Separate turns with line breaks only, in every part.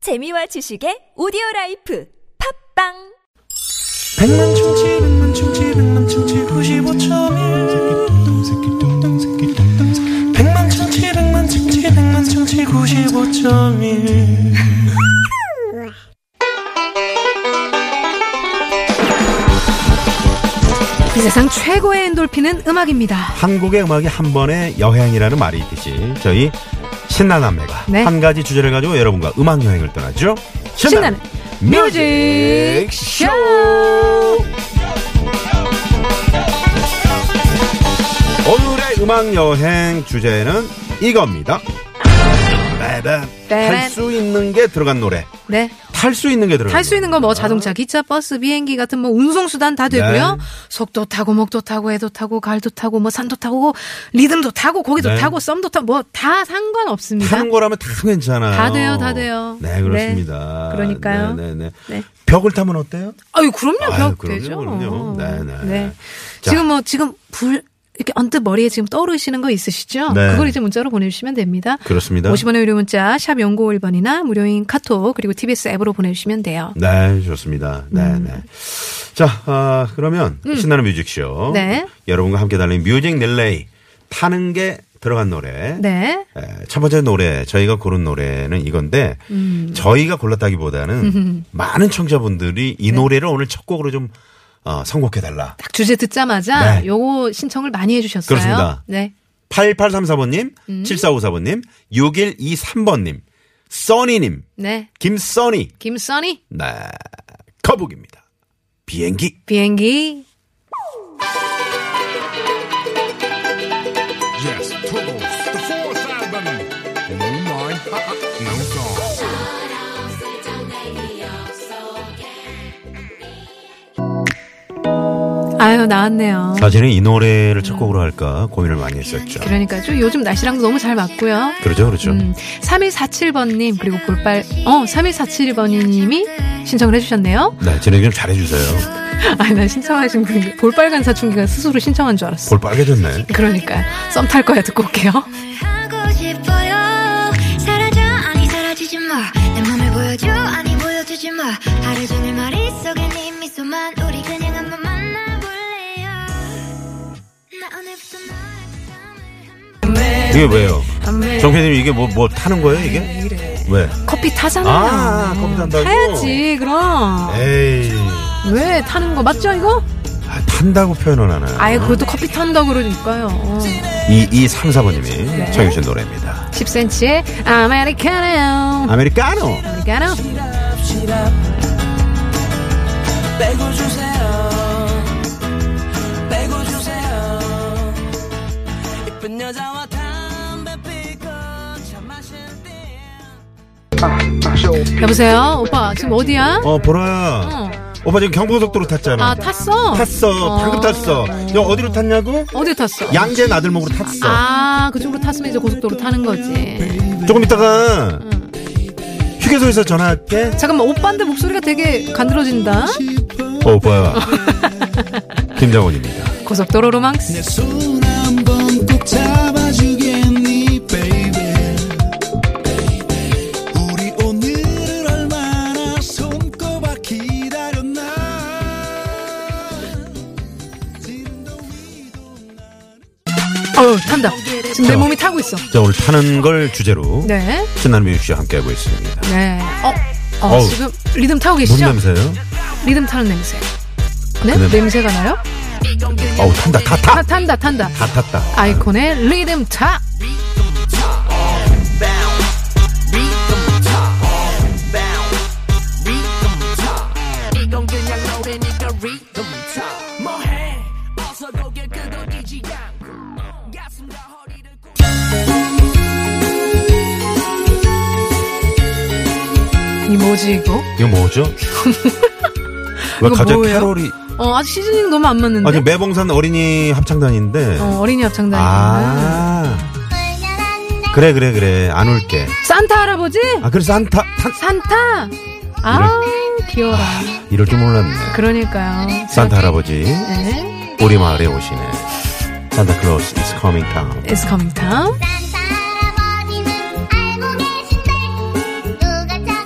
재미와 지식의 오디오 라이프 팝빵
백만 충치 백만 충치 백만 충치 95.1 백만 충치 백만 충치 백만 충치 95.1
이 세상 최고의 엔돌핀은 음악입니다.
한국의 음악이 한 번의 여행이라는 말이 있듯이 저희 신나남매가
네.
한 가지 주제를 가지고 여러분과 음악 여행을 떠나죠.
신나는 뮤직 네,
뮤직쇼! 오늘의 음악 여행 주제는 이겁니다. 빠밤.
빠밤.
할수 있는 게 들어간 노래.
네.
탈 수 있는 게 들어간
탈 수 있는 건 뭐 자동차, 기차, 버스, 비행기 같은 뭐 운송수단 다 되고요.
네.
속도 타고, 목도 타고, 해도 타고, 갈도 타고, 뭐 산도 타고, 리듬도 타고, 고기도
네.
타고, 썸도 타고, 뭐 다 상관없습니다.
타는 거라면 다 괜찮아요.
다 돼요, 다 돼요.
네, 그렇습니다.
네, 그러니까요.
네, 네, 네.
네.
벽을 타면 어때요?
아유, 그럼요.
아유,
벽
그럼요,
되죠.
그럼요. 네, 네. 자.
지금 뭐, 지금 불, 이렇게 언뜻 머리에 지금 떠오르시는 거 있으시죠?
네. 그렇죠.
그걸 이제 문자로 보내주시면 됩니다.
그렇습니다.
50원의 유료 문자, 샵 0951번이나 무료인 카톡, 그리고 TBS 앱으로 보내주시면 돼요.
네, 좋습니다. 네,
음.
네. 자, 아, 그러면 신나는 뮤직쇼.
네.
여러분과 함께 달린 뮤직 릴레이 타는 게 들어간 노래.
네.
에, 첫 번째 노래 저희가 고른 노래는 이건데
음.
저희가 골랐다기보다는 많은 청자분들이
네.
이 노래를 오늘 첫 곡으로 좀 어, 선곡해 달라.
딱 주제 듣자마자
네.
요거 신청을 많이 해주셨어요.
그렇습니다.
네.
8834번님,
음.
7454번님, 6123번님, 써니님,
네.
김써니,
김선희,
네, 거북입니다. 비행기.
비행기.
Yes, Troubles, the fourth album. No mind, no song.
아유, 나왔네요.
사실은 이 노래를 첫 곡으로 할까 고민을 많이 했었죠.
음. 그러니까 좀 요즘 날씨랑도 너무 잘 맞고요.
그러죠, 그렇죠.
음, 3147번님, 그리고 볼빨, 어, 3147번님이 신청을 해주셨네요.
네, 진행 좀 잘해주세요.
아, 나 신청하신 분, 볼빨간 사춘기가 스스로 신청한 줄 알았어.
볼 빨개졌네.
그러니까. 썸 탈 거야, 듣고 올게요.
하고 싶어요 사라져 아니 사라지지 마내 맘을 보여줘 아니 보여주지 마 하루 종일 머릿속에 네 미소만 우리 그냥 한번 만나볼래요 나 오늘부터 너의 을 한번
네.
이게 왜요?
아,
정표님 이게 뭐, 뭐 타는 거예요, 이게? 왜?
커피 타잖아요.
아, 커피 탄다고? 네.
타야지, 그럼.
에이,
왜 타는 거 맞죠, 이거?
아, 탄다고 표현을 하나요?
아예 그것도 커피 탄다고 그러니까요. 어.
이, 이 3, 4번님이
네.
청해주신 노래입니다.
10cm의 아메리카노.
아메리카노!
아메리카노.
빼고 주세요 빼고 주세요 이쁜 여자와 담배 피고 차 마실 때
여보세요? 오빠, 지금 어디야?
어, 보라야.
어.
오빠 지금 경부고속도로 탔잖아.
아, 탔어?
탔어. 방금
어.
탔어. 여 어디로 탔냐고?
어디 탔어?
양재 나들목으로 탔어.
아, 그쪽으로 탔으면 이제 고속도로 타는 거지.
조금 이따가 휴게소에서 전화할게.
잠깐만, 오빠인데 목소리가 되게 간드러진다?
어, 오빠야. 김정원입니다.
고속도로 로망스.
손한번꼭 잡아주겠니, baby. 우리 오늘을 얼마나 손꼽아 기다렸나.
어우, 탄다. 지금 내 몸이 타고 있어.
자, 오늘 타는 걸 주제로
네.
신나는 뮤직쇼 함께하고 있습니다.
네. 어, 어
어우.
지금 리듬 타고
무슨
계시죠?
냄새예요? 그
리듬 타는 냄새. 네?
냄새.
냄새가 나요?
어우, 탄다, 다 타!
아, 탄다, 탄다.
다 탔다.
아이콘의 리듬 타. 이 뭐지 이거?
이거 뭐죠? 왜
이거
갑자기
뭐예요?
캐롤이.
어 아직 시즌이 너무 안 맞는데.
아니, 매봉산 어린이 합창단인데.
어, 어린이 합창단. 아.
아. 그래, 그래, 그래. 안 올게.
산타 할아버지?
아, 그래서 안 타, 탄,
산타? 아, 귀여워라.
이럴 줄 몰랐네.
그러니까요.
네. 산타 할아버지,
네.
우리 마을에 오시네. 산타 클로스 is coming town.
It's coming town.
난 할아버지는 알고 계신데 누가 잠깐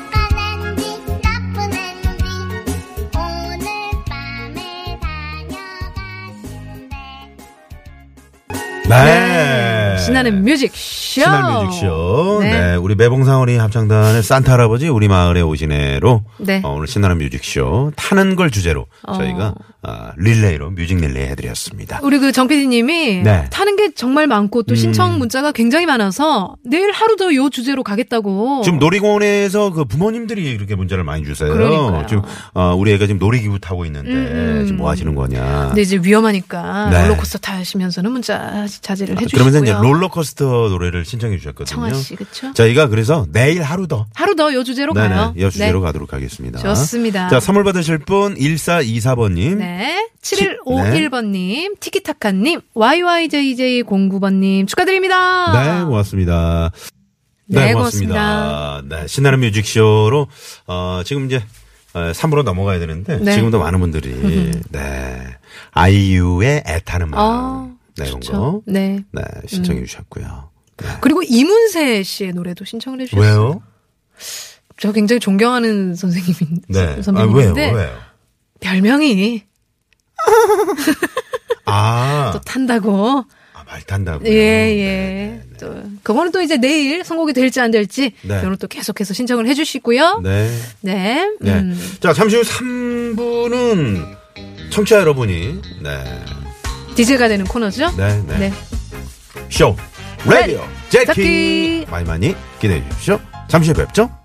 네. 신나는 뮤직쇼.
네. 신한 뮤직쇼. 네.
네.
우리 매봉사원이 합창단의 산타 할아버지 우리 마을의 오시네로
네. 어.
어, 오늘 신나는 뮤직쇼 타는 걸 주제로 저희가 아, 릴레이로 뮤직 릴레이 해드렸습니다.
우리 그 정PD님이
네. 음.
타는 게 정말 많고 또 신청 문자가 굉장히 많아서 내일 하루 더 요 주제로 가겠다고.
지금 놀이공원에서 그 부모님들이 이렇게 문자를 많이 주세요.
그러니까요. 음,
지금 어, 우리 애가 지금 놀이기구 타고 있는데 지금 뭐 하시는 거냐.
근데 이제 위험하니까
네.
롤러코스터 타시면서는 문자 자제를
아,
해주시고요.
그러면서 이제 롤러코스터 노래를 신청해 주셨거든요.
청아 씨, 그쵸?
저희가 그래서 내일 하루 더
하루 더 요 주제로 가요.
네네. 여주제로
네.
가도록 하겠습니다.
좋습니다.
자, 선물 받으실 분 1424번님.
네.
네.
7151번님, 티키타카님, YYJJ09번님, 축하드립니다.
네, 고맙습니다.
네,
네, 신나는 뮤직쇼로, 어, 지금 이제, 3부로 넘어가야 되는데,
네.
지금도 많은 분들이, 네, 아이유의 애타는 마음.
어,
네, 이런 거.
좋죠. 네.
네, 신청해 주셨고요. 네.
그리고 이문세 씨의 노래도 신청을 해주셨어요.
왜요?
저 굉장히 존경하는 선생님인
네. 아, 왜요?
선배님인데
왜요?
별명이
아, 네,
또 탄다고.
아, 말 탄다고.
예, 예. 또 그거는 또 이제 내일 선곡이 될지 안 될지
네.
오늘 또 계속해서 신청을 해 주시고요.
네.
네.
네.
음.
자, 잠시 후 3부는 청취자 여러분이, 네.
DJ가 되는 코너죠?
네, 네.
네.
쇼, 라디오,
라디오,
재키.
재키.
많이 많이 기대해 주십시오. 잠시 후에 뵙죠.